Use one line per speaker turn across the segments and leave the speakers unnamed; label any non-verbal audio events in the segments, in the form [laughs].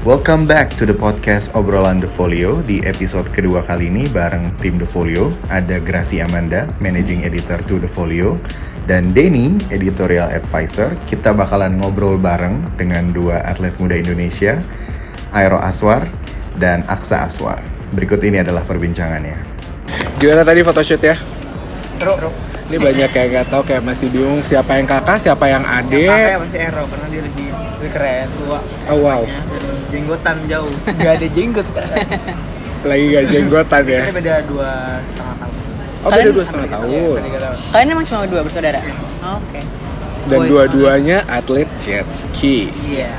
Welcome back to the podcast Obrolan The Folio. Di episode kedua kali ini bareng tim The Folio ada Grasi Amanda, Managing Editor to The Folio, dan Denny, Editorial Advisor. Kita bakalan ngobrol bareng dengan dua atlet muda Indonesia, Aero Aswar dan Aksa Aswar. Berikut ini adalah perbincangannya.
Gimana tadi photoshoot ya? Ini banyak yang nggak tahu kayak masih bingung siapa yang kakak, siapa yang
Kakaknya
adik.
masih Ero karena dia lebih lebih keren tua
Oh wow,
ya, dan jenggotan
[laughs]
jauh nggak ada jenggot sekarang
lagi gak jenggotan ya.
kita beda dua setengah tahun
Oh
Kalian-
beda dua setengah tahun.
Iya, Beda tiga tahun
Kalian emang cuma dua bersaudara? Oke.
Dan
Boy
dua-duanya atlet jet ski.
iya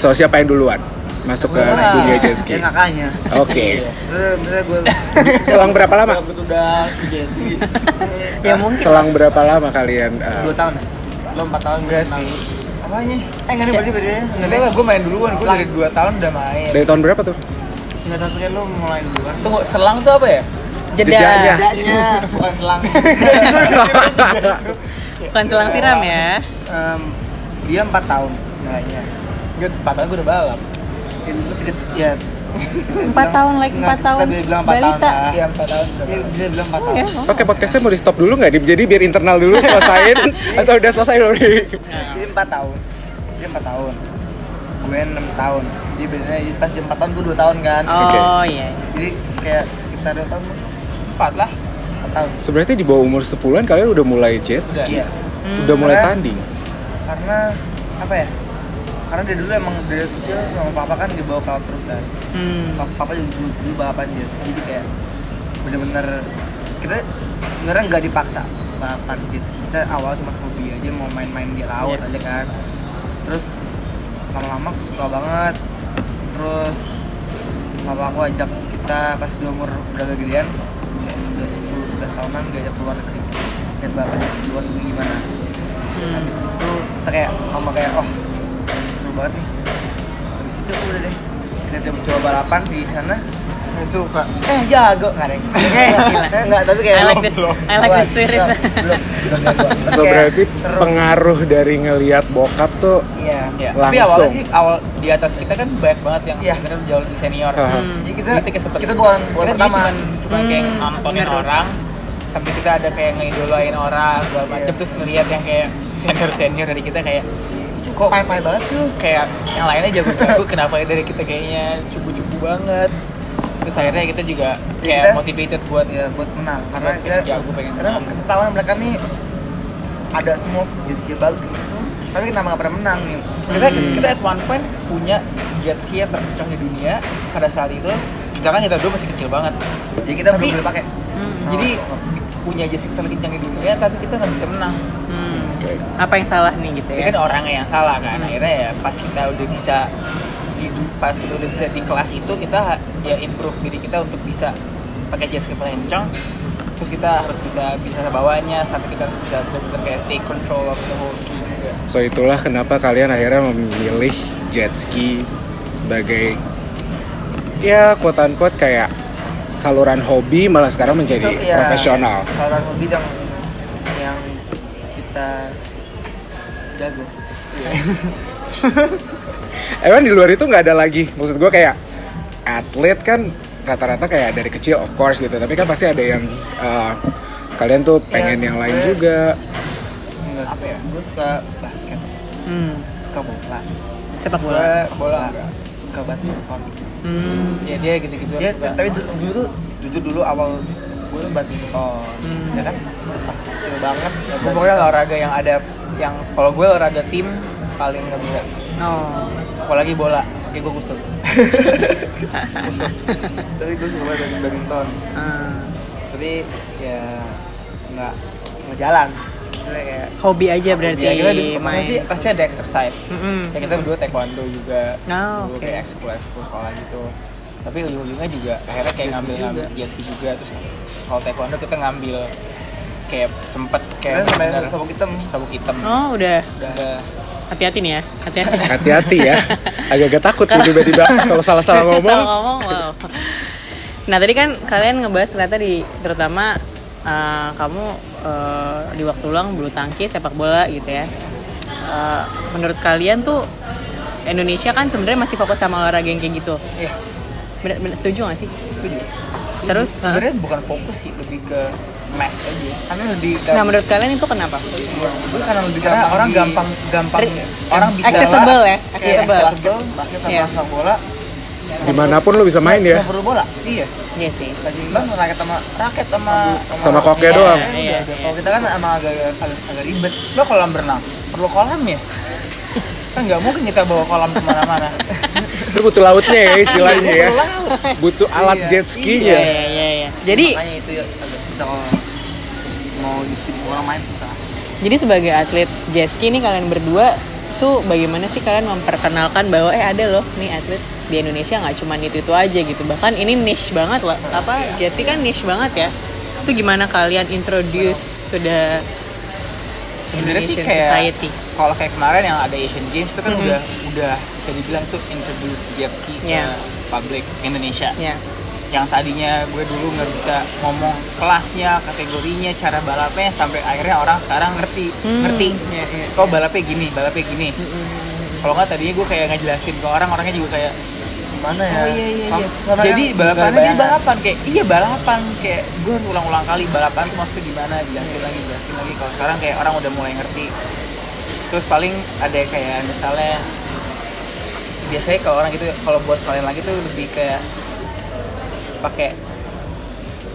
So siapa yang duluan masuk ke
Wah,
dunia jet ski?
dia kakaknya
Oke.
Iya. terus misalnya gue
Selang [laughs] berapa lama?
gue udah ke jet ski
banget. Ya mungkin.
Selang berapa lama kalian? eh,
dua tahun ya lo empat tahun gue sih apanya eh nggak ada berarti bedanya
ya. Enggak lah, gue main duluan. Gue dari 2 tahun udah main.
dari tahun berapa tuh?
nggak tahu kayak lo mulai duluan
Tunggu, selang tuh apa ya?
Jeda.
jedanya.
bedanya bukan selang
[laughs]
Bukan selang siram ya.
Em, dia empat tahun kayaknya
Gue 4 tahun gue udah balap.
Ya, terus tiga ya
Empat tahun lagi
Nggak,
empat
kita
tahun.
bisa bilang empat tahun
Balita.
lah.
Iya, 4 tahun udah
dia,
balap.
dia bilang empat
Oh,
tahun
ya. Oh.
Oke podcastnya mau di stop dulu nggak? Jadi biar internal dulu selesain atau udah selesai dulu? nih?
Dia empat tahun. Dia empat tahun. Gue enam tahun. Jadi bedanya pas dia empat tahun gue dua tahun kan.
Oke.
Oh iya.
Jadi kayak sekitar dua tahun,
Empat lah.
empat tahun.
Sebenarnya di bawah umur 10-an kalian udah mulai jet ski,
Iya.
Hmm.
udah mulai
Karena-
tanding.
Karena apa ya? Karena dia dulu emang dari kecil sama papa kan dibawa ke laut terus kan.
Hmm.
Papa, papa juga dulu, dulu balapan dia. ya? Jadi kayak bener-bener kita sebenarnya nggak dipaksa balapan jet ski. Kita awal cuma hobi aja mau main-main di laut
Iya.
aja kan. Terus lama-lama suka banget. Terus papa aku ajak kita pas di umur udah agak gedean udah 10 11 tahunan diajak keluar negeri lihat bapak di luar negeri gimana
hmm,
habis itu kita kayak sama kayak oh seru banget nih habis itu udah deh kita coba balapan di sana nggak suka eh jago nggak deh
[laughs] Eh, gila.
Eh, nggak tapi kayak
I like this-
belum,
I like this
belum,
spirit.
belum, belum, belum jago. Terus
So
kayak
berarti
seru.
pengaruh dari ngelihat bokap tuh
iya
Iya. Tapi
Langsung.
awalnya sih awal di atas kita kan banyak banget yang
Iya.
sebenarnya jauh lebih senior.
Haha.
Hmm.
jadi kita
Kita kayak seperti
kita bukan bukan
kita
pertama
cuma cuma kayak
Hmm,
nontonin
bener tuh.
orang sampai kita ada kayak ngeidolain orang segala macem
Iya.
terus ngeliat yang kayak senior senior dari kita kayak
kok pai-pai banget tuh
kayak yang lainnya jago-jago
[laughs]
kenapa ya dari kita kayaknya cupu-cupu banget terus akhirnya kita juga
Jadi
kayak
Iya, kita-
motivated buat
ya buat menang karena
Buat
kita
jago pengen
karena
menang.
ketahuan mereka nih ada semua skill skill bagus tapi kenapa nggak pernah menang nih
kita
Hmm.
kita at one point punya jet ski yang terkencang di dunia pada saat itu kita kan kita dulu masih kecil banget
jadi kita
Tapi-
belum boleh pakai Oh.
Hmm.
jadi punya jet ski terkencang di dunia tapi kita nggak bisa menang
Hmm. Apa yang salah nih gitu ya?
Jadi kan orangnya yang salah kan
Hmm.
akhirnya ya pas kita udah bisa di pas kita udah bisa di kelas itu kita ha- ya improve diri kita untuk bisa pakai jet ski terkencang terus kita harus bisa bisa bawahnya sampai kita harus bisa benar kayak take control of the whole ski juga
So itulah kenapa kalian akhirnya memilih jet ski sebagai ya quote unquote kayak saluran hobi malah sekarang menjadi
Itu, ya,
profesional.
saluran hobi yang yang kita jago
Emang di luar itu nggak ada lagi. Maksud gue kayak atlet kan rata-rata kayak dari kecil of course gitu. Tapi kan pasti ada yang uh, kalian tuh pengen
Ya,
yang lain
gue-
juga.
Enggak, apa ya gue suka basket
Hmm.
suka bola
Sepak bola.
bola bola suka badminton
Hmm.
ya dia gitu-gitu
ya
harus
tapi du- dulu tuh- jujur dulu awal gue tuh badminton
Hmm.
ya kan kecil banget ya,
Gue pokoknya olahraga yang ada yang kalau gue olahraga tim paling nggak bisa.
Oh.
Apalagi bola, kayak gue kusut.
tapi gue suka banget badminton
Hmm.
tapi ya nggak nggak jalan Maksudnya kayak
Hobi aja berarti
Ya, kita di- pasti,
Iya, main. Hmm,
pasti ada exercise.
Mm-mm.
Ya kita berdua taekwondo juga.
Oh,
Dulu
oke.
kayak ekskul ekskul sekolah gitu. Tapi ujung-ujungnya juga akhirnya kayak ngambil ngambil jet ski juga terus kalau taekwondo kita ngambil kayak sempet
kita
kayak
sampai
bener-
sabuk hitam
sabuk hitam.
Oh udah.
Udah.
Hati-hati nih ya. Hati-hati.
Hati-hati
[laughs]
ya. Agak-agak takut gue tiba-tiba kalau salah-salah ngomong.
Salah ngomong, wow. Nah tadi kan kalian ngebahas ternyata di terutama eh, kamu eh, di waktu luang bulu tangkis, sepak bola gitu ya. Eh, menurut kalian tuh Indonesia kan sebenarnya masih fokus sama olahraga yang kayak gitu.
Iya,
Bener, bener- setuju gak sih?
setuju.
Terus, eh,
Sebenarnya bukan fokus sih, lebih ke mass aja. Karena lebih
nah menurut kalian itu kenapa?
gue karena lebih
karena
gampang
orang
di-
gampang gampang
Re-
orang bisa
accessible
bola.
ya,
Iya,
accessible.
accessible, rakyat tanpa
Iya.
sepak bola
Dimanapun lo bisa main ya.
nggak perlu bola iya
Iya sih.
rajin banget rakyat sama rakyat sama
Sama koknya
Iya,
doang.
Iya,
Iya,
udah.
iya.
Kalau kita kan emang agak, agak, agak ribet. Lo kolam renang, perlu kolam
[laughs]
ya? Kan nggak mungkin kita bawa kolam kemana-mana.
Lu butuh lautnya ya istilahnya ya.
Perlu laut.
Butuh alat
Iya.
jet
Iya,
ski-nya.
iya, iya, iya. Jadi,
makanya itu ya agak susah kalau mau bikin orang main susah
jadi sebagai atlet jet ski nih kalian berdua tuh bagaimana sih kalian memperkenalkan bahwa eh ada loh nih atlet di Indonesia nggak cuman itu itu aja gitu bahkan ini niche banget loh apa jet ski kan niche banget ya itu gimana kalian introduce ke the
Sebenarnya sih
Indonesian
kayak
society
kalau kayak kemarin yang ada Asian Games itu kan
Mhm.
udah udah bisa dibilang tuh introduce jet ski
Iya.
ke publik Indonesia.
ya
Yang tadinya gue dulu nggak bisa ngomong kelasnya, kategorinya, cara balapnya sampai akhirnya orang sekarang ngerti,
Hmm,
ngerti.
iya, iya.
Kok balapnya gini, balapnya gini.
Hmm,
Kalau nggak tadinya gue kayak ngejelasin ke orang, orangnya juga kayak
gimana ya
Oh iya iya iya.
Kamu- karena
Jadi
kan
balapan
nggak ada
jadi
bayangan.
balapan kayak iya balapan kayak gue ulang-ulang kali balapan tuh maksudnya gimana jelasin lagi jelasin lagi kalau sekarang kayak orang udah mulai ngerti. Terus paling ada kayak misalnya biasanya kalau orang gitu kalau buat kalian lagi tuh lebih kayak pakai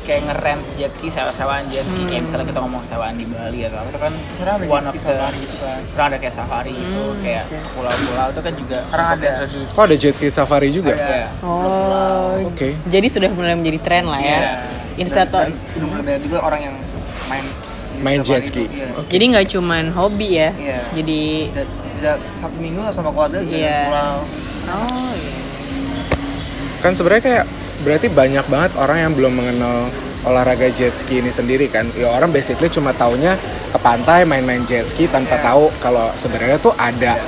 kayak ngerent jet ski sewa-sewaan jet ski kayak misalnya kita ngomong sewaan di Bali atau apa itu kan
Hmm. Sekarang ada
one
jet
of
ski
the
safari gitu kan.
sekarang ada kayak safari gitu
Hmm,
kayak pulau-pulau itu kan juga
Sekarang
untuk
ada.
introduce.
Oh ada jet ski safari juga.
Iya.
oh
Oke.
jadi sudah mulai menjadi tren lah ya
Iya.
Insta
Dan- dan udah mulai banyak juga orang yang main
Main
safari
jet ski.
itu, iya.
jadi nggak cuman hobi ya
Iya.
jadi
bisa, bisa satu minggu sama keluarga gitu, jalan
Iya.
pulau
oh iya
Kan sebenarnya kayak berarti banyak banget orang yang belum mengenal olahraga jet ski ini sendiri kan. Ya orang basically cuma taunya ke pantai main-main jet ski tanpa tahu kalau sebenarnya tuh ada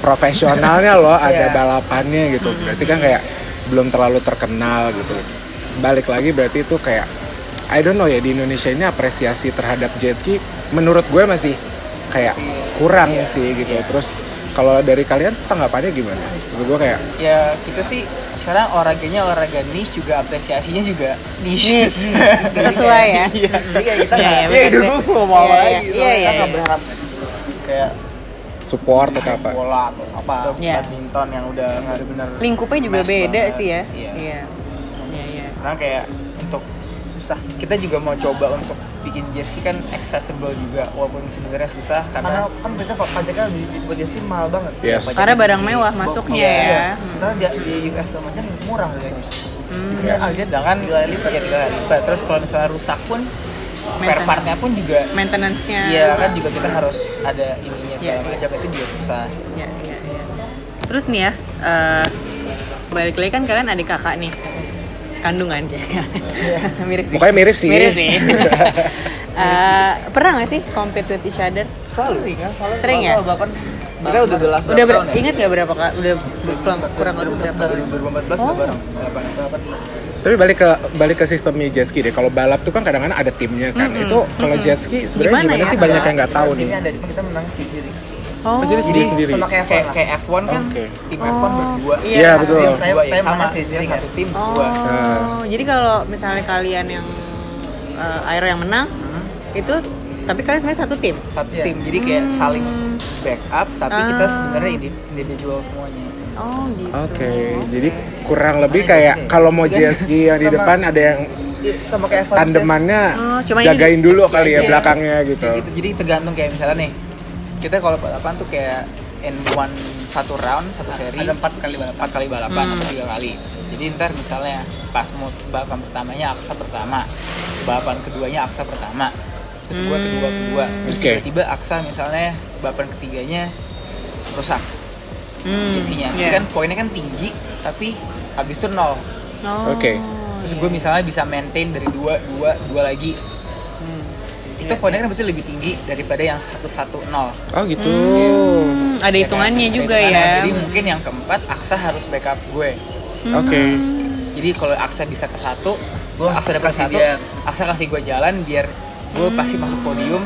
profesionalnya loh, ada
Iya.
balapannya gitu. Berarti kan kayak belum terlalu terkenal gitu. Balik lagi berarti itu kayak I don't know ya di Indonesia ini apresiasi terhadap jet ski menurut gue masih kayak kurang sih gitu. Terus kalau dari kalian tanggapannya gimana? Menurut gue kayak
ya kita sih sekarang olahraganya olahraga niche juga apresiasinya juga niche,
Niche. Sesuai ya.
[laughs] iya jadi kayak kita
Iya, iya,
nggak ya,
bener,
dulu
bener.
mau
Iya,
mau apa
iya,
lagi gitu.
iya,
kita
iya,
nggak
iya.
berharap kayak
support atau apa?
bola atau apa atau
Iya.
badminton yang udah nggak ada bener
lingkupnya juga
mass
beda
banget.
sih ya
iya
iya iya iya
karena kayak untuk susah kita juga mau coba untuk bikin jet ski kan accessible juga walaupun sebenarnya susah
karena
karena
kan mereka pak pajaknya di di- buat jet ski mahal banget
Yes.
Pajak
karena
di-
barang
di-
mewah
di-
masuknya
iya.
ya
Sementara di, di US segala macam murah harganya
Hmm.
di sini
Ah,
aja
sedangkan tiga kali lipat ya tiga kali lipat terus kalau misalnya rusak pun spare
Maintenance.
partnya pun juga
Hmm. maintenance-nya
Iya kan juga kita harus ada ininya segala
Iya, iya.
macam itu juga susah.
Iya, iya, iya. terus nih ya eh, balik lagi kan kalian adik kakak nih kandungan aja [laughs] mirip sih
Mukanya mirip sih.
mirip
[laughs]
sih [laughs] Eh, pernah nggak sih compete with each other
Selalu kan?
Sering ya?
Bahkan kita udah the last
udah
berapa
ber-
tahun
ingat nggak berapa kak udah kurang kurang lebih berapa
2014
Oh.
udah bareng. Delapan delapan.
Tapi balik ke balik ke sistemnya jet ski deh. Kalau balap tuh kan kadang-kadang ada timnya kan. Itu kalau jet ski sebenarnya
Gimana
gimana,
ya?
sih banyak yang nggak tahu nih.
timnya ada cuma kita menang sendiri
oh
Jadi sendiri sendiri.
sama kayak
Kayak
F1 lah
kayak F1 kan
Oke.
tim F1 berdua.
Iya.
Iya betul.
Iya,
Dua yang
Kayak
sama,
mana sih,
jadi
jadi
satu tim
Oh,
dua.
Nah.
jadi kalau misalnya kalian yang eh, Aero yang menang,
Hmm.
itu tapi kalian sebenarnya satu tim.
Satu
Iya.
tim. Jadi kayak saling backup tapi kita
Ah.
sebenarnya indi- individual semuanya.
Oh gitu.
Oke, jadi kurang lebih
Iya.
kayak kalau mau jet ski yang di
Sama-
depan ada yang
Iya, sama kayak F1
tandemannya
Oh, cuma ini
jagain dulu kali ya
aja.
belakangnya gitu.
Kayak gitu. Jadi tergantung kayak misalnya nih kita kalau balapan tuh kayak in one satu round satu seri
ada empat kali balapan
empat kali balapan
Hmm.
atau tiga kali jadi ntar misalnya pas mau balapan pertamanya aksa pertama balapan keduanya aksa pertama terus
Hmm.
gua kedua kedua terus
Oke.
tiba-tiba aksa misalnya balapan ketiganya rusak
Hmm,
jadinya
iya.
Jadi kan poinnya kan tinggi tapi habis itu nol
Oh,
Oke.
terus
iya.
gue misalnya bisa maintain dari dua dua dua lagi
Hmm.
itu
Iya,
poinnya kan berarti lebih tinggi daripada yang satu satu nol
Oh gitu.
Hmm, ada
Ya kan?
hitungannya
Ada
juga ya.
hitungannya. jadi mungkin yang keempat aksa harus backup gue
Hmm.
Oke.
jadi kalau Aksa bisa ke satu
Gua
Aksa dapat
kasih
satu
dia.
Aksa kasih gue jalan biar gue pasti masuk podium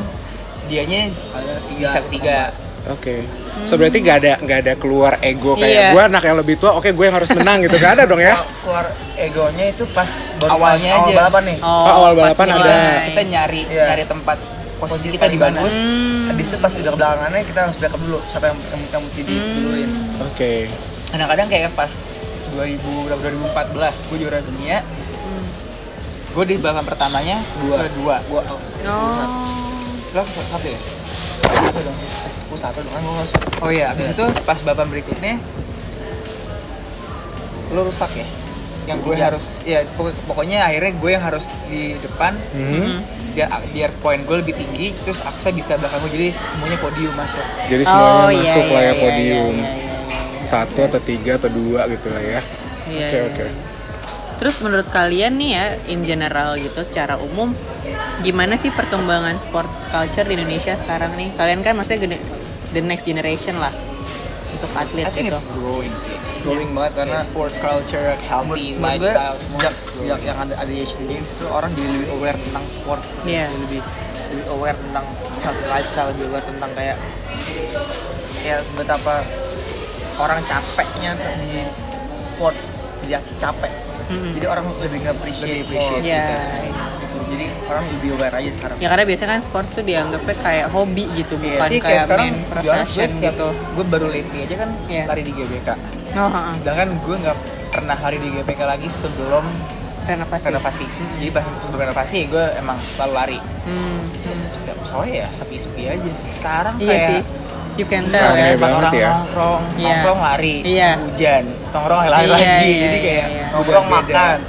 dianya
ada tiga
bisa ketiga
Oke, so berarti nggak ada nggak ada keluar ego
Iya.
kayak gue anak yang lebih tua, oke gue yang harus menang gitu, nggak ada dong ya?
[laughs]
keluar egonya itu pas baru
Awalnya
awal
aja.
balapan nih
Oh, awal balapan ada.
pas mulai.
kita nyari
Iya.
nyari tempat posisi
Posisi
kita di mana
paling bagus.
Hmm.
habis itu pas udah ke belakangannya kita harus backup dulu siapa yang yang kita mesti diduluin
Oke,
kadang-kadang kayak pas 2000 berapa, 2014 gue juara dunia gue di balapan pertamanya
Dua.
dua dua
gua
Oh.
lo satu ya
aku satu dong kan gua harus
oh iya abis itu pas balapan berikutnya lo rusak ya yang gue
Ketiga.
harus ya pokok- pokoknya akhirnya gue yang harus di depan
Hmm.
biar biar poin gue lebih tinggi terus Aksa bisa belakang gue jadi semuanya podium masuk
jadi semuanya
Oh, iya,
masuk
iya,
lah ya
iya,
podium
iya, iya, iya, iya.
satu atau tiga atau dua gitu lah ya.
Iya,
Oke,
iya,
oke.
iya. Terus menurut kalian nih ya, in general gitu, secara umum, gimana sih perkembangan sports culture di Indonesia sekarang nih? Kalian kan maksudnya gene- the next generation lah untuk atlet
I
Iya
think
gitu.
it's growing sih
growing banget karena
karena sports culture healthy
menurut gue
lifestyle semua
sejak sejak yang ada ada Asian Games itu orang jadi lebih aware tentang sports gitu.
Iya.
Jadi lebih lebih aware tentang healthy lifestyle lebih aware tentang kayak ya betapa orang capeknya di sport dia capek
Mm-mm.
jadi orang lebih nggak appreciate,
Lebih appreciate.
Iya.
gitu. jadi orang lebih aware aja sekarang
Ya karena biasanya kan sports tuh dianggapnya kayak hobi gitu,
Iya,
bukan
tapi
kayak
sekarang
main
juara gue
profession
setiap-
gitu.
gue baru lately aja kan
Iya.
lari di GBK
Oh, heeh.
sedangkan gue nggak pernah lari di GBK lagi sebelum
renovasi.
renovasi
Mm.
jadi pas sebelum renovasi gue emang selalu lari
Hmm, hmm.
setiap sore ya sepi-sepi aja sekarang
Iya
kayak Iya.
sih, you can tell
Kayak
ya.
Rame banget
orang
ya.
nongkrong,
Iya.
nongkrong lari,
Iya.
hujan, nongkrong lari
Iya,
lagi,
iya,
jadi
iya,
kayak
iya.
nongkrong
beda.
makan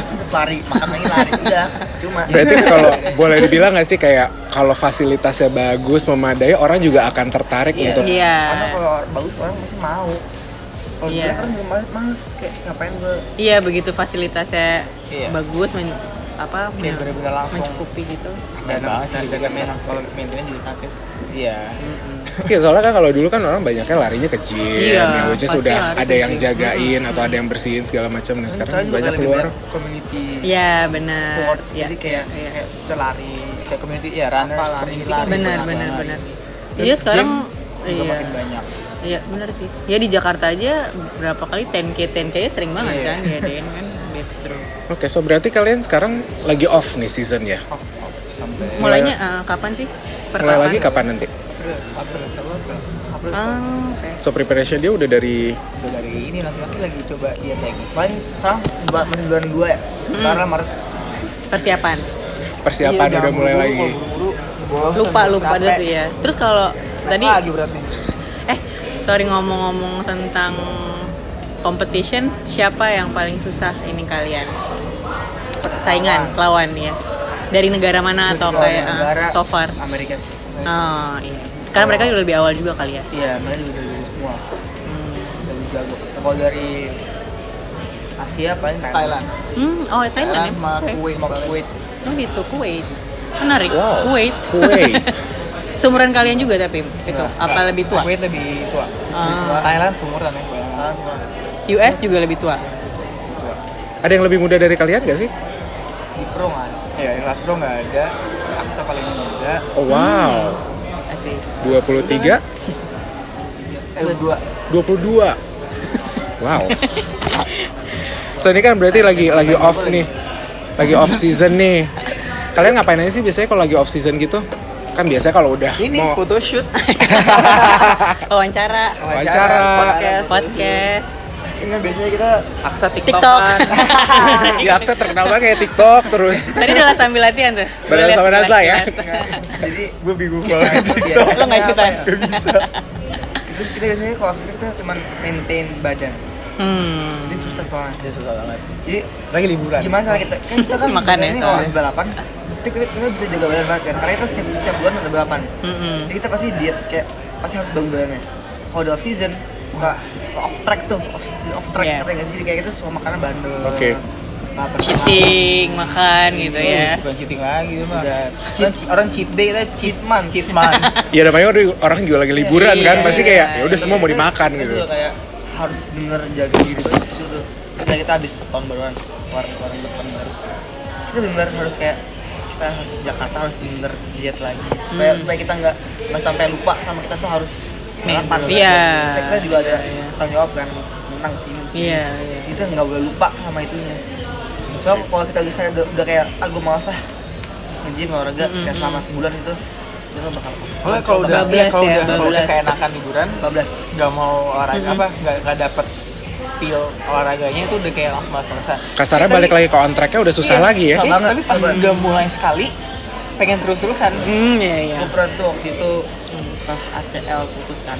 terus lari makan lagi lari
Iya,
udah cuma
[laughs]
Berarti kan- kalau boleh dibilang nggak sih kayak kalau fasilitasnya bagus, memadai, orang juga akan tertarik
Iya.
untuk
Iya.
karena kalau bagus orang pasti mau kalau
Iya.
jelek orang juga
kan
males, males kayak ngapain gue
Iya, begitu fasilitasnya
Iya.
bagus men apa
Kayak bener-bener langsung.
mencukupi gitu.
Dan
dan
banget sih,
jaga
juga
menang
sih.
kalau maintenance juga takis
Iya.
Iya soalnya kan kalau dulu kan orang banyaknya larinya ke gym,
Iya,
ya, which is
pasti
udah
lari
ada
ke
yang
gym.
jagain atau ada yang bersihin segala macam. Nah sekarang banyak keluar.
community
Iya, benar.
sports
Iya,
jadi kayak
iya, iya.
kayak bisa lari
Kayak community ya runners,
Apa, lari,
community
gitu. lari.
kan
benar
banyak
benar benar
banget.
Terus
iya sekarang
Juga
iya
makin banyak.
iya benar sih ya di Jakarta aja berapa kali 10k 10k nya sering banget
Iya.
kan diadain kan that's true
Oke, so berarti kalian sekarang lagi off nih season ya?
Oh, oh, sampai
mulainya eh, kapan sih Per
Mulai lagi kapan nanti?
April, April, April, April, April.
Ah, oke.
So preparation dia udah dari
Udah dari ini laki-laki lagi coba diet lagi.
paling sekarang bulan masih bulan dua ya
Hmm.
karena Maret
persiapan
persiapan
Iya,
udah
jangan
mulai lagi.
buru-buru, kalau buru-buru,
lupa
bosen,
lupa
capek.
terus ya terus kalau tadi
lagi berarti.
eh sorry ngomong-ngomong tentang competition siapa yang paling susah ini kalian saingan lawan ya dari negara mana atau
Kalau
kayak eh,
negara,
so far
Amerika sih
Oh iya. Karena mereka udah lebih awal juga kali ya.
iya mereka juga udah jago semua
Hmm.
udah jago kalau dari Asia paling
Thailand.
Hmm, oh Thailand ya.
sama
Oke.
Kuwait, sama Kuwait.
Oh gitu Kuwait. Menarik.
Wow.
Kuwait.
Kuwait.
[laughs]
Nah,
Seumuran kalian juga tapi itu apa lebih tua?
Kuwait lebih tua.
Ah.
Thailand seumuran ya. Kuwait.
Thailand semua
US juga lebih tua.
ada yang lebih muda dari kalian gak sih?
di pro nggak ada.
Ya, yang last row nggak ada. Akta paling muda.
Oh wow.
Asik.
23,
eh dua
22. Wow. So ini kan berarti lagi lagi off nih. Lagi off season nih. Kalian ngapain aja sih biasanya kalau lagi off season gitu? Kan biasanya kalau udah
Ini
mau
photoshoot.
Wawancara,
wawancara,
podcast.
podcast,
Iya,
Ini biasanya
gitu.
kita aksa
TikTok.
TikTokan.
[laughs] di Aksa terkenal banget kayak TikTok terus.
Tadi udah sambil latihan tuh. Udah
Badan
lihat
sama
sebelah
Nazla ya.
kilas.
jadi
Gue bingung banget.
Lo nggak ikutan?
kita, kita biasanya kalau kita, kita cuma maintain badan
Hmm.
jadi susah soalnya
Dia susah banget.
jadi
Lagi liburan.
gimana cara kita kan kita kan
[laughs] Makan ya,
ini kalau
soalnya.
habis balapan kita, kita, kita bisa jaga badan banget kan karena kita setiap, setiap bulan ada balapan
Mm-mm.
jadi [laughs] kita pasti diet kayak pasti harus bagus badannya kalau udah off season suka, suka off track tuh off, off track kan?
Iya.
ngerti nggak sih? jadi kayak kita suka makanan bandel
Oke.
baper
Cheating, makan gitu
Iya,
ya.
Bukan cheating lagi itu mah.
Udah.
Orang, orang cheat day kita cheat man, cheat man.
Ya namanya orang- orang juga lagi liburan kan,
Iya.
pasti kayak ya udah semua mau
Kita-
dimakan
kita
gitu.
juga [laughs] kayak harus bener jaga diri banget gitu tuh kayak kita habis tahun baruan keluar keluar untuk tahun baru kita bener harus kayak kita harus di Jakarta harus bener diet lagi supaya
Hmm.
supaya kita nggak nggak sampai lupa sama kita tuh harus
Nih,
Rapat,
iya.
kan? Kita juga ada
Iya, iya.
tanggung jawab kan menang sih. ini, sih.
Iya, iya.
Itu nggak boleh lupa sama itunya. So kalau kita bisa udah, udah kayak aku malas ah nge-gym olahraga
Mm-mm.
kayak selama sebulan itu itu bakal
Soalnya kalau udah
Bablas
kalau
ya,
udah kalau udah
bablas.
keenakan liburan,
12
nggak mau olahraga
Mhm.
apa, nggak nggak dapet feel olahraganya itu udah kayak langsung malas-malasan.
Kasarnya
Tapi-
balik lagi ke on track-nya udah susah
iya,
lagi ya.
susah
Iya,
banget. Tapi pas
Coba.
udah mulai sekali, pengen terus-terusan.
Hmm, iya, iya.
Gue pernah tuh waktu itu hmm, pas ACL putus kan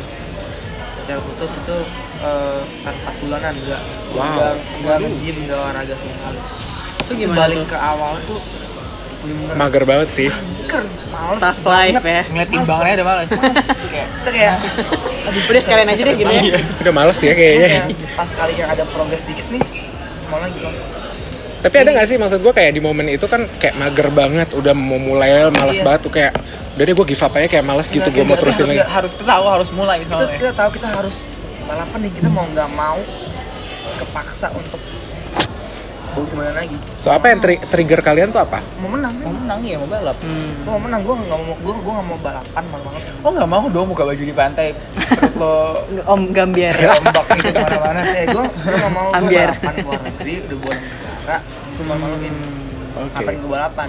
ACL putus itu eh, kan empat bulanan enggak
Wow.
enggak enggak nge-gym enggak olahraga sama sekali
Itu
Itu
gimana
balik
tuh?
ke awal tuh bener-bener
Mager banget sih.
mager males
Tough life ya.
Ngeliat timbangannya udah males. Kayak,
kita
[laughs]
kayak
Udah sekalian aja deh gitu ya.
Iya.
Udah males ya kayaknya.
kayak pas kali yang ada progres dikit nih mau lagi
Tapi ada nggak sih maksud gue kayak di momen itu kan kayak mager banget, udah mau mulai males
Iya.
banget tuh kayak udah deh gue give up aja kayak males gitu gue mau
Tapi
terusin
harus,
lagi.
harus tahu harus mulai
kita,
soalnya.
kita tahu kita harus balapan nih kita mau nggak mau kepaksa untuk mau gimana lagi
So apa yang tri- trigger kalian tuh apa?
mau menang
Mau
kan?
menang ya, mau balap.
Gua mau menang, gue gak mau, gue gue gak mau balapan malu banget.
Oh nggak mau dong buka baju di
[laughs]
pantai, perut lo
Om Gambiar. ya.
ombak gitu
Kemana-mana,
kemana-mana.
eh gue gue gak mau gue
Ambiar.
balapan ke luar negeri, udah buat negara, gue malu maluin.
Hmm,
Oke.
Ngapain gue balapan?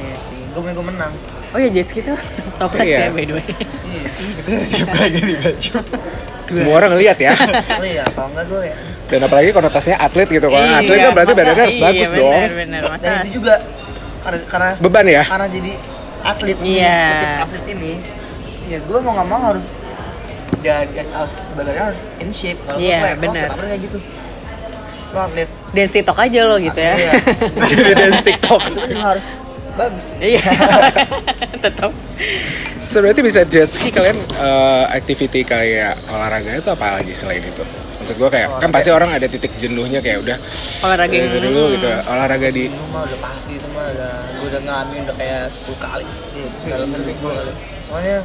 Iya sih, gue pengen gue menang.
Oh ya Jets gitu. Toples
Iya.
ya by the way.
Iya.
Juga ganti baju.
Iya.
Semua orang ngeliat
[laughs]
ya.
Oh iya, kalau enggak gue ya.
Dan apalagi konotasinya atlet gitu. Kalau
Iya,
atlet kan berarti
masa-
badannya harus
iya,
bagus
benar,
dong.
Benar, masa.
Dan itu juga karena karena,
Beban ya.
karena jadi atlet
Iya.
ini, ikut atlet ini, ya gue mau gak mau harus dan dan harus badannya harus in shape. Kalau
Iya,
gue
benar.
kayak gitu. Lo atlet.
Dan si Tok aja lo gitu ya.
Iya.
[laughs] Jadi dance TikTok.
Itu juga harus bagus.
[laughs] Iya. [laughs] Tetap.
So, berarti bisa jet ski kalian eh, activity kayak olahraga itu apa lagi selain itu? Maksud gue kayak kan pasti orang ada titik jenuhnya kayak udah
Olahraga
dari
yang
dulu gitu olahraga di
Iya.
Gue mah udah pasti itu mah udah gue udah ngalamin udah kayak 10 kali. Iya,
Hmm.
dalam sering gue kali. Soalnya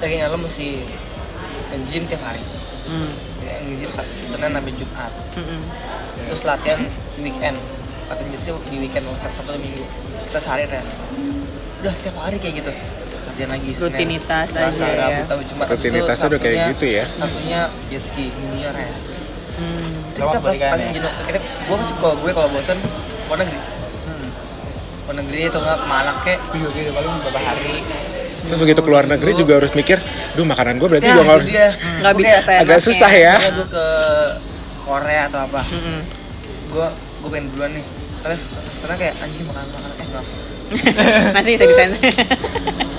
dari nyala mesti nge-gym tiap hari.
Hmm.
Ya, Nge-gym Sab- Senin sampai Jumat.
Mm-mm.
Terus latihan di weekend. Latihan biasanya di weekend mau Sabtu atau Minggu. Kita sehari rest. Udah setiap hari kayak gitu. Latihan lagi Senin,
Rutinitas
Selasa,
aja ya.
Rabu, sampai Jumat. Habis itu
Rutinitasnya udah
Iya.
kayak
Sabtunya-
gitu ya.
Sabtunya jet ski, Minggunya rest.
Hmm.
Itu kita
Sama
pas
kebalikannya.
paling jenuh. Kita gue masih kalau gue kalau bosan luar negeri. Luar negeri atau enggak ke Malang kek.
Juga gitu Hmm. paling beberapa hari.
terus begitu keluar negeri juga harus mikir, duh makanan gue berarti
Ya,
juga
itu
nggak-
dia.
Nggak
Gua
bisa
kayak-
saya.
agak
Enaknya.
susah ya.
kayak gue ke Korea atau apa.
Mm-mm.
Gue gue pengen duluan nih. Terus karena kayak anjing makan makan eh maaf.
Nanti bisa di sana.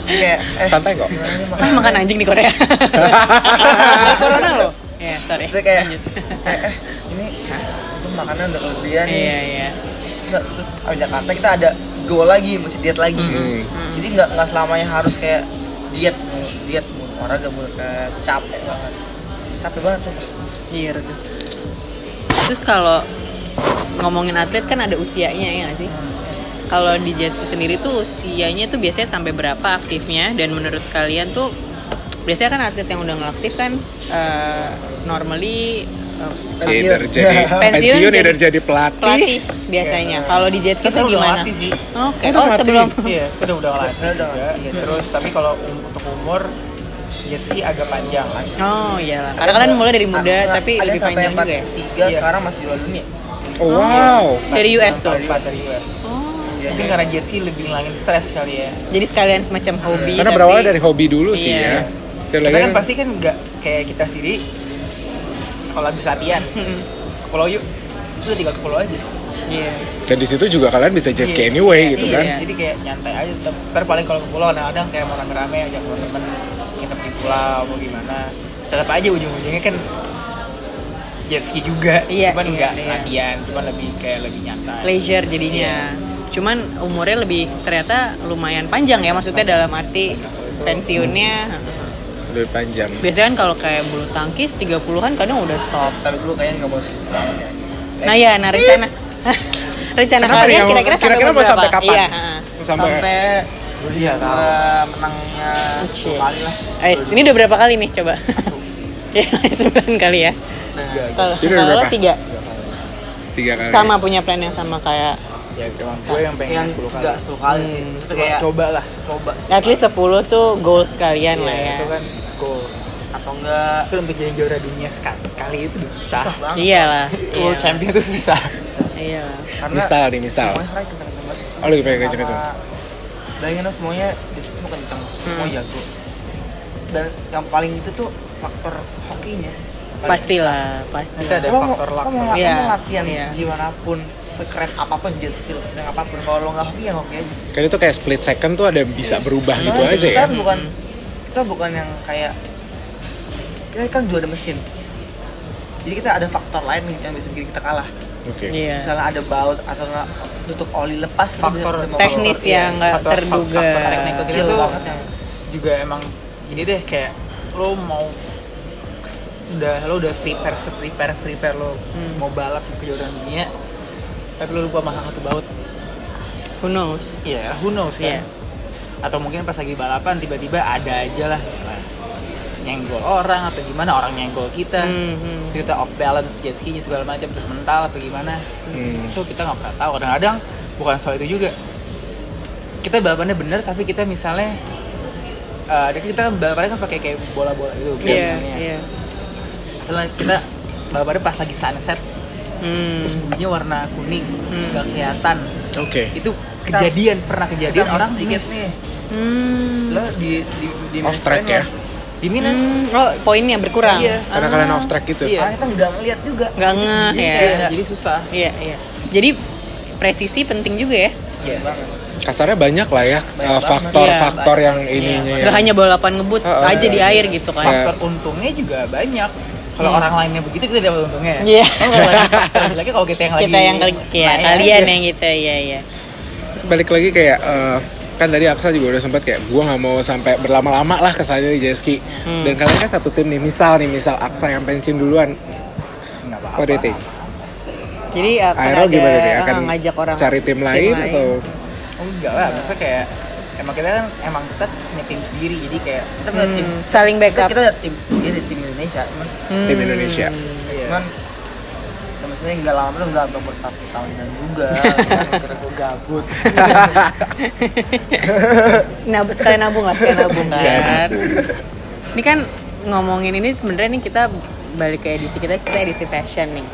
Kayak eh,
Santai kok.
gimana nih
Ah, makan anjing di
[laughs]
Korea. Ada corona lo. Ya, sorry.
Terus kayak
Lanjut.
eh, eh ini itu makanan udah kelebihan nih.
Iya, iya.
Terus, terus abis Jakarta kita ada goal lagi, mesti diet lagi.
Hmm.
Mm.
Jadi nggak nggak selamanya harus kayak diet, mulu, diet mulu, olahraga mulu, kayak capek banget. Capek banget tuh.
Iya tuh. Terus kalau ngomongin atlet kan ada usianya ya nggak sih?
Hmm, iya.
Kalau di jet ski sendiri tuh usianya tuh biasanya sampai berapa aktifnya dan menurut kalian tuh biasanya kan atlet yang udah ngeaktif kan eh, normally eh,
Either Iya, jadi
Pensiun
pensiun, either
jadi-
jadi pelatih.
pelatih biasanya. Kalau di jet ski
Kita
tuh
udah
gimana?
ngelatih sih.
Oke,
Kita
oh
ngelatih.
sebelum
Iya, kita
[laughs]
udah ngelatih
Kita udah
juga.
ngelatih, iya.
Terus tapi kalau um- untuk umur jet ski agak panjang. kan.
Oh iyalah, karena kalian mulai dari muda
Ada-
tapi
ada
lebih
sampai
panjang juga ya.
43,
Iya.
sekarang masih juara dunia.
Oh, wow.
Dari US tuh.
Empat dari US.
Oh.
Iya,
Mungkin karena jet ski lebih ngilangin stres kali ya.
Jadi sekalian semacam hobi.
Karena
Iya, tapi-
berawalnya
[laughs]
dari hobi dulu sih
Iya.
ya. Kayak
Kita
lagi
kan pasti kan nggak kayak kita sendiri kalau habis latihan
Mm-mm.
ke pulau yuk itu tinggal ke pulau aja
Iya.
dan di situ juga kalian bisa jet ski
Iya.
anyway gitu
Iya,
kan.
jadi kayak nyantai aja tetap ntar paling kalau ke pulau kadang-kadang kayak mau rame-rame ajak teman-teman kita di pulau mau gimana tetap aja ujung-ujungnya kan jet ski juga
Iya,
cuman
iya,
nggak
iya.
latihan cuman lebih kayak lebih nyantai
Leisure jadinya. Cuman umurnya lebih ternyata lumayan panjang ya maksudnya dalam arti pensiunnya.
Lebih panjang.
Biasanya kan kalau kayak bulu tangkis 30-an kadang udah stop.
Tapi dulu kayaknya nggak mau sih.
Nah ya, nah rencana [laughs] rencana
Kenapa
kalian
nih?
kira-kira sampai
Kira-kira mau
umur
sampai
berapa?
kapan?
Iya, heeh.
Sampai,
sampai iya menangnya
Oke.
dua kali lah
Eh, ini udah berapa kali nih coba? [laughs] Ya, sembilan kali ya. Kalau
Ini udah
kalau lo
berapa?
tiga
tiga kali.
sama punya plan yang sama kayak
ya cuman gue yang pengen
Yang
10 kali
nggak 10 kali sih. Itu
Cuma
kayak
coba lah
coba
at least 10 tuh goals kalian lah
Iya,
ya.
itu kan goal
atau enggak
Tapi untuk jadi juara dunia sekali, sekali itu udah susah.
susah banget
Iyalah.
World
iyalah,
champion itu susah.
Iyalah.
karena
misal nih misal
semuanya sekarang kenceng-kenceng banget sih.
Oh, lagi pengen
Sama-
kenceng-kenceng.
bayangin lo semuanya itu semua kenceng semua
Hmm.
jago dan yang paling itu tuh faktor hokinya Paling
Pastilah,
susah.
pasti.
Nanti ada
lo mau,
faktor luck.
lo mau,
Iya,
lo mau latihan
iya.
gimana pun sekeren apapun jet skill sekeren apapun kalau lo nggak hoki ya hoki aja
kan itu kayak split second tuh ada bisa berubah gitu
Karena
aja
kita
ya
bukan kita bukan yang kayak kita kan juga ada mesin jadi kita ada faktor lain yang bisa bikin kita kalah
oke
Iya.
misalnya ada baut atau nggak tutup oli lepas kita bisa-
Faktor
bisa bawa
Teknis
motor.
yang nggak
Faktor-
terduga.
faktor teknikal
iya. Kecil
itu
banget yang-
juga emang gini deh kayak lo mau udah lo udah prepare se prepare prepare lo
Hmm.
mau balap ke kejuaraan dunia tapi lo lupa makan satu baut
Who knows?
ya who knows
Iya.
kan atau mungkin pas lagi balapan tiba-tiba ada aja lah misalnya nyenggol orang atau gimana orang nyenggol kita
Hmm, hmm.
cerita off balance jet ski segala macam terus mental apa gimana
Hmm.
itu kita nggak pernah tahu kadang-kadang bukan soal itu juga kita balapannya bener tapi kita misalnya eh, kita kan balapannya kan pakai kayak bola-bola gitu
Iya,
biasanya.
iya.
Setelah kita balapannya pas lagi sunset
Hmm.
terus bunyinya warna kuning
Hmm.
nggak kelihatan
oke
itu kejadian pernah kejadian
kita
orang
orang sedikit
miss.
nih
Hmm.
lo di di di
Off track ya?
di minus
Hmm, Oh, poinnya berkurang.
Iya.
karena
Ah.
kalian off track gitu
Iya.
Karena kita nggak ngeliat juga
Nggak ngeh,
Jadi
ya.
kayak
Iya, jadi susah
Iya, iya. Jadi presisi penting juga ya.
Iya.
banget.
kasarnya banyak lah ya
Banyak
eh, faktor-faktor yang ininya
Iya.
ya.
Nggak hanya balapan ngebut
Iya, Oh, oh,
aja
iya,
di
iya.
air gitu kan.
faktor untungnya juga banyak kalau
Hmm.
orang lainnya begitu kita dapat untungnya ya
Iya.
Oh,
lagi kalau kita yang lagi
Kita yang
Iya,
kal- ya,
main
kalian
aja.
yang gitu, iya, iya.
balik lagi kayak eh, kan tadi Aksa juga udah sempat kayak gua nggak mau sampai berlama-lama lah kesannya di jet ski
Hmm.
dan kalian kan satu tim nih misal nih misal Aksa yang pensiun duluan
Nggak apa-apa.
what do you think?
Jadi akan
Aero
ada
gimana nih
ah,
akan
ngajak orang
cari tim lain atau
Oh enggak lah, maksudnya kayak emang kita kan emang kita punya tim sendiri jadi kayak
kita punya tim
Hmm, saling
kita,
backup.
kita ada tim dia ada tim Indonesia cuman
Hmm.
tim Indonesia? Iya.
cuman
cuman
ya maksudnya nggak lama tuh nggak untuk bertahun-tahunan
[laughs]
juga karena gue gabut
Nah, sekalian nabung nggak? Sekalian nabung
Sekalian
kan? ini kan ngomongin ini sebenarnya nih kita balik ke edisi kita kita edisi fashion nih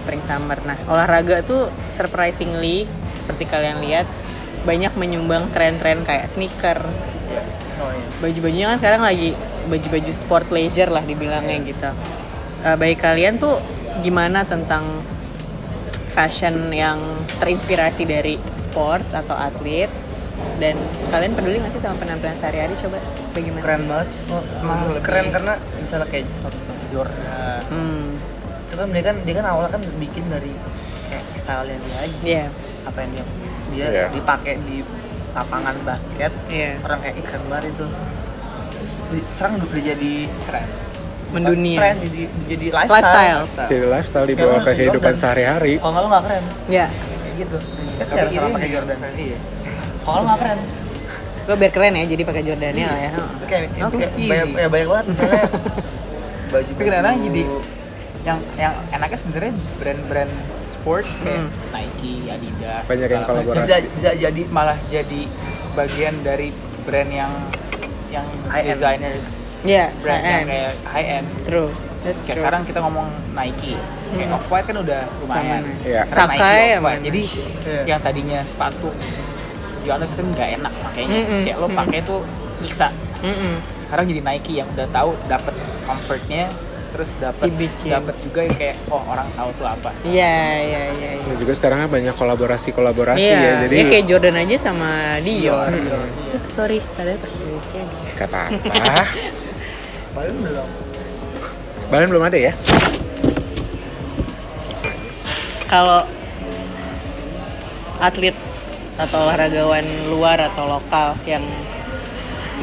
spring summer. Nah olahraga tuh surprisingly seperti kalian lihat banyak menyumbang tren-tren kayak sneakers,
oh, iya.
baju-bajunya kan sekarang lagi baju-baju sport leisure lah dibilangnya
Iya.
gitu. Eh, bagi kalian tuh gimana tentang fashion yang terinspirasi dari sports atau atlet dan kalian peduli nggak sih sama penampilan sehari-hari coba bagaimana?
keren banget oh, emang
Lebih-
keren karena misalnya kayak satu Jordan
Hmm,
itu kan dia kan dia kan awalnya kan bikin dari kayak style yang dia aja
iya,
apa yang dia dia
Iya.
dipakai di lapangan basket
iya.
orang kayak ikan bar itu terus di- sekarang udah udah jadi tren
Mendunia.
tren jadi jadi lifestyle,
Lifestyle.
Jadi lifestyle dibawa ke kehidupan sehari-hari.
kalau nggak lo nggak keren
Ya,
kayak gitu kan
Tapi
nggak salah
ini-
pakai Jordan iya kalau lo nggak keren
lo biar keren ya, jadi pakai Jordannya lah ya.
Hmm.
itu kayak itu
Oke.
kayak banyak, ya banyak banget misalnya
[laughs]
baju
Tapi kadang-kadang jadi- yang yang enaknya sebenarnya brand-brand sports kayak
Hmm.
Nike, Adidas
Banyak yang
segala
kolaborasi.
macam.
bisa bisa jadi
Jadi malah jadi bagian dari brand yang yang
High-end.
designers
Iya,
brand yang
high-end.
kayak high end
True. That's
Kayak
true.
sekarang kita ngomong Nike, kayak
Hmm.
off white kan udah lumayan.
Lumayan.
Iya.
Karena
Sakai,
Nike Off-White.
lumayan.
Jadi
Iya.
yang tadinya sepatu Johannes kan nggak enak makanya
Mm-mm.
kayak lo
Mm-mm.
pakai tuh nyiksa.
Mm-mm.
Sekarang jadi Nike yang udah tahu dapat comfortnya, terus dapat
Dibikin.
dapat juga kayak oh orang tahu tuh apa.
Iya, iya, iya. iya.
Dan juga sekarang kan banyak kolaborasi-kolaborasi
Iya,
ya. Jadi
dia kayak Jordan aja sama Dior.
Dior.
Ups, sorry, tadi terkejutnya.
kata
[laughs]
apa?
paling belum
Balen belum ada ya?
Kalau atlet atau olahragawan luar atau lokal yang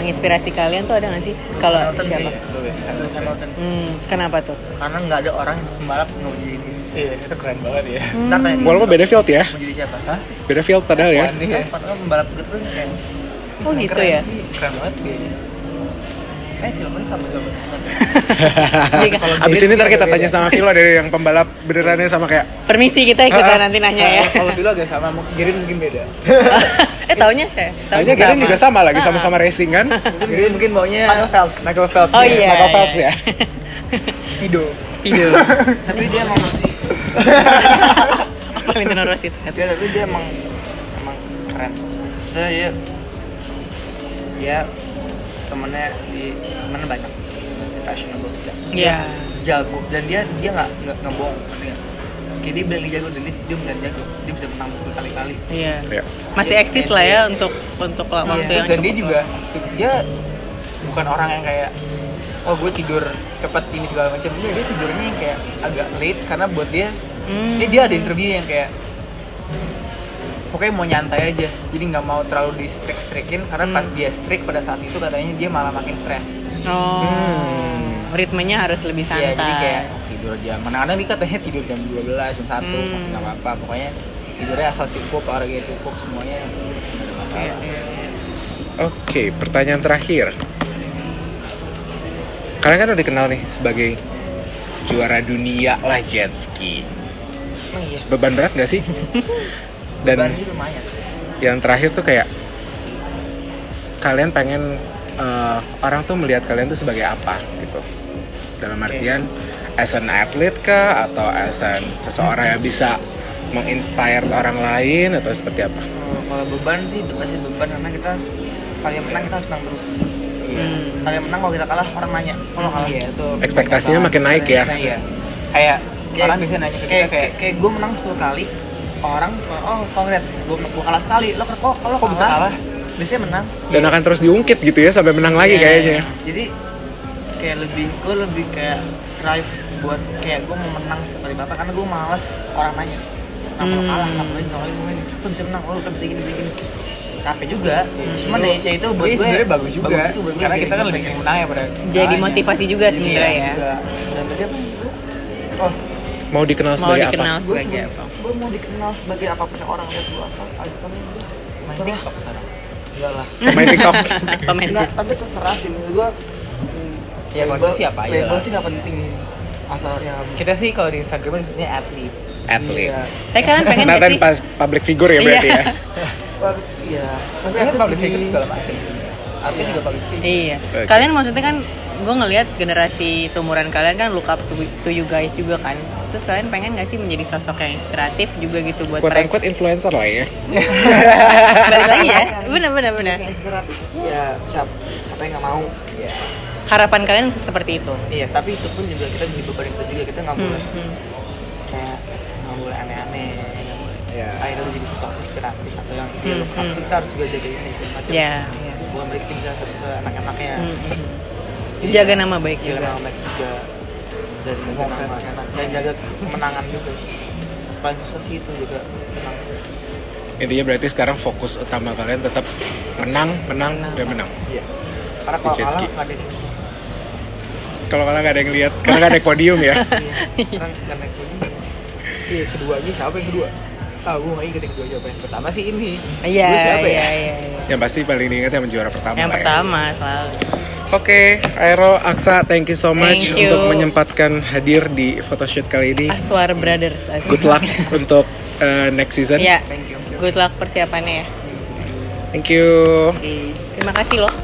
menginspirasi kalian tuh ada nggak sih? Kalau
Hamilton
Iya,
siapa?
sih, Lewis Hamilton
Hmm, kenapa tuh?
karena nggak ada orang yang pembalap ngerjain ini Hmm.
Iya, itu keren banget ya.
ntar tanya dia,
Walaupun beda field ya.
mau jadi siapa Iya.
Hah?
Beda field padahal ya.
Keren ya.
Kan pembalap gitu kan kayak
[laughs]
Oh gitu
Keren.
ya.
Keren banget dia. eh filmnya sama juga benar.
Jika-
Abis ini ntar kita tanya
ya.
sama Vilo dari yang pembalap benerannya sama kayak
Permisi kita ikutan
Ah,
nanti nanya
[laughs]
ya.
kalau Vilo Eh, agak sama mungkin Girin mungkin beda
[laughs] eh taunya saya.
Taunya Gideon juga sama lagi sama-sama racing kan?
Girin mungkin maunya
Michael Phelps.
Michael Phelps
Oh
ya.
iya.
Michael Phelps ya.
Speedo
Video.
tapi dia emang
Apa Valentino Rossi?
dia tapi dia emang emang keren saya dia dia temennya di temennya banyak terus dia fashionable juga.
Iya.
jago dan dia dia nggak nggak nggak bohong ngerti nggak? kayak dia bilang dia jago dan dia, dia benar jago dia bisa menang berkali-kali
Iya.
Iya.
Masih eksis lah ya untuk untuk
Iya.
waktu
Terus
yang
Iya. dan dia
cukup.
juga dia bukan orang yang kayak oh gue tidur cepat ini segala macam dia, dia tidurnya yang kayak agak late karena buat dia
Hmm.
dia dia ada interview yang kayak pokoknya mau nyantai aja jadi nggak mau terlalu di strik strikin karena
Hmm.
pas dia strik pada saat itu katanya dia malah makin stres
Oh. Hmm. Ritmenya harus lebih santai.
Iya, jadi kayak tidur jam kadang-kadang dia katanya tidur jam 12 jam 1 masih
Hmm.
nggak apa-apa pokoknya tidurnya asal cukup olahraganya cukup semuanya nggak ada masalah.
Iya, iya.
Oke, pertanyaan terakhir. Kalian kan udah dikenal nih sebagai juara dunia lah jet ski.
Emang iya
Beban berat gak sih? Dan
Beban sih lumayan
yang terakhir tuh kayak kalian pengen eh, orang tuh melihat kalian tuh sebagai apa gitu dalam artian as an athlete kah atau as an seseorang yang bisa menginspire orang lain atau seperti apa
Iya.
Hmm, kalau beban sih masih beban karena kita sekali menang kita harus menang terus
Hmm.
sekali menang kalau kita kalah orang nanya kalau kalah ya Iya. itu
Ekspektasinya makin naik ya?
iya kayak
Kayak-
orang bisa nanya ke
kayak
kita
kayak,
kayak
kayak gue menang 10 kali orang oh congrats gue gue kalah sekali lo kok kok lo
Kok bisa kalah?
biasanya menang
dan akan terus diungkit gitu ya sampai menang lagi
Iya.
kayaknya
jadi kayak lebih gue lebih kayak strive buat kayak gue mau menang sekali bapak karena gue males orang nanya kenapa lo
Hmm.
kalah kenapa lo ini kenapa lo ini, kenapa lo ini lo bisa menang lo lo bisa gini bisa gini capek juga cuman ya, ya itu buat
Hmm. Tapi
gue
sebenarnya bagus juga
itu buat gue
karena
jadi
kita kan
gue
lebih
pengen
sering menang ya pada
Jadi
kalahnya.
motivasi juga
Iya,
sebenarnya ya.
juga.
dan tadi apa oh
mau dikenal
Mau
sebagai
dikenal
apa
gue
[laughs] sebagai apa?
gue mau dikenal sebagai apapun yang orang lihat gue apa aja kan main tiktok sekarang enggak lah
pemain
[laughs]
tiktok
Pemain.
Nggak, tapi terserah sih menurut gue Iya,
Ya, kalau itu siapa aja
label
lah.
sih nggak penting asalnya
kita sih kalau di Instagram sebutnya atlet
atlet
Iya.
Tapi Eh, kalian pengen
Nathan
gak sih?
pas public figure ya berarti
[laughs] Iya.
ya
Wah, Iya. Tapi
kan
aku
public
jadi-
figure segala macam atlet juga public figure
Iya.
Oke.
Kalian maksudnya kan gue ngelihat generasi seumuran kalian kan look up to, to you guys juga kan. Terus kalian pengen gak sih menjadi sosok yang inspiratif juga gitu buat
quote
mereka?
unquote influencer lah ya
Balik lagi ya. Bener bener bener.
Yang inspiratif. Ya, siapa, siapa yang nggak mau?
Iya.
Harapan kalian seperti itu.
Iya, tapi itu pun juga kita jadi beban itu juga kita
Hmm.
nggak boleh kayak nggak boleh aneh-aneh. nggak boleh.
Iya.
Akhirnya lu jadi suka inspiratif atau yang
Hmm,
dia look up
hmm.
tuh kita harus juga jaga ini segala macam.
Iya.
Bukan berarti kita bisa se- seenak-enaknya.
Hmm, hmm.
Jadi
Jaga
jangan-
nama baik
jaga
juga. Hmm.
nama baik juga dan ngomong seenak-enak dan jaga kemenangan juga. Paling susah sih itu juga menang.
intinya berarti sekarang fokus utama kalian tetap menang menang dan menang
Iya. Karena kalau
Di jet
kalah
ski.
nggak ada yang
[laughs]
kalau kalian nggak ada yang lihat karena nggak ada yang podium ya
[laughs]
Iya, Sekarang nggak naik kuning. Iya, kedua aja siapa yang kedua? Tahu gue nggak inget yang kedua siapa yang pertama sih ini.
Iya
Dulu siapa ya?
iya iya.
yang pasti paling diingat yang juara pertama
Yang
lah ya.
pertama selalu.
Oke, Aero Aksa, thank you so much
Thank you.
untuk menyempatkan hadir di photoshoot kali ini.
Aswar Brothers.
Good luck untuk uh, next season.
[laughs] Iya.
Thank you.
Good luck persiapannya ya.
Thank you.
Oke. Terima kasih loh.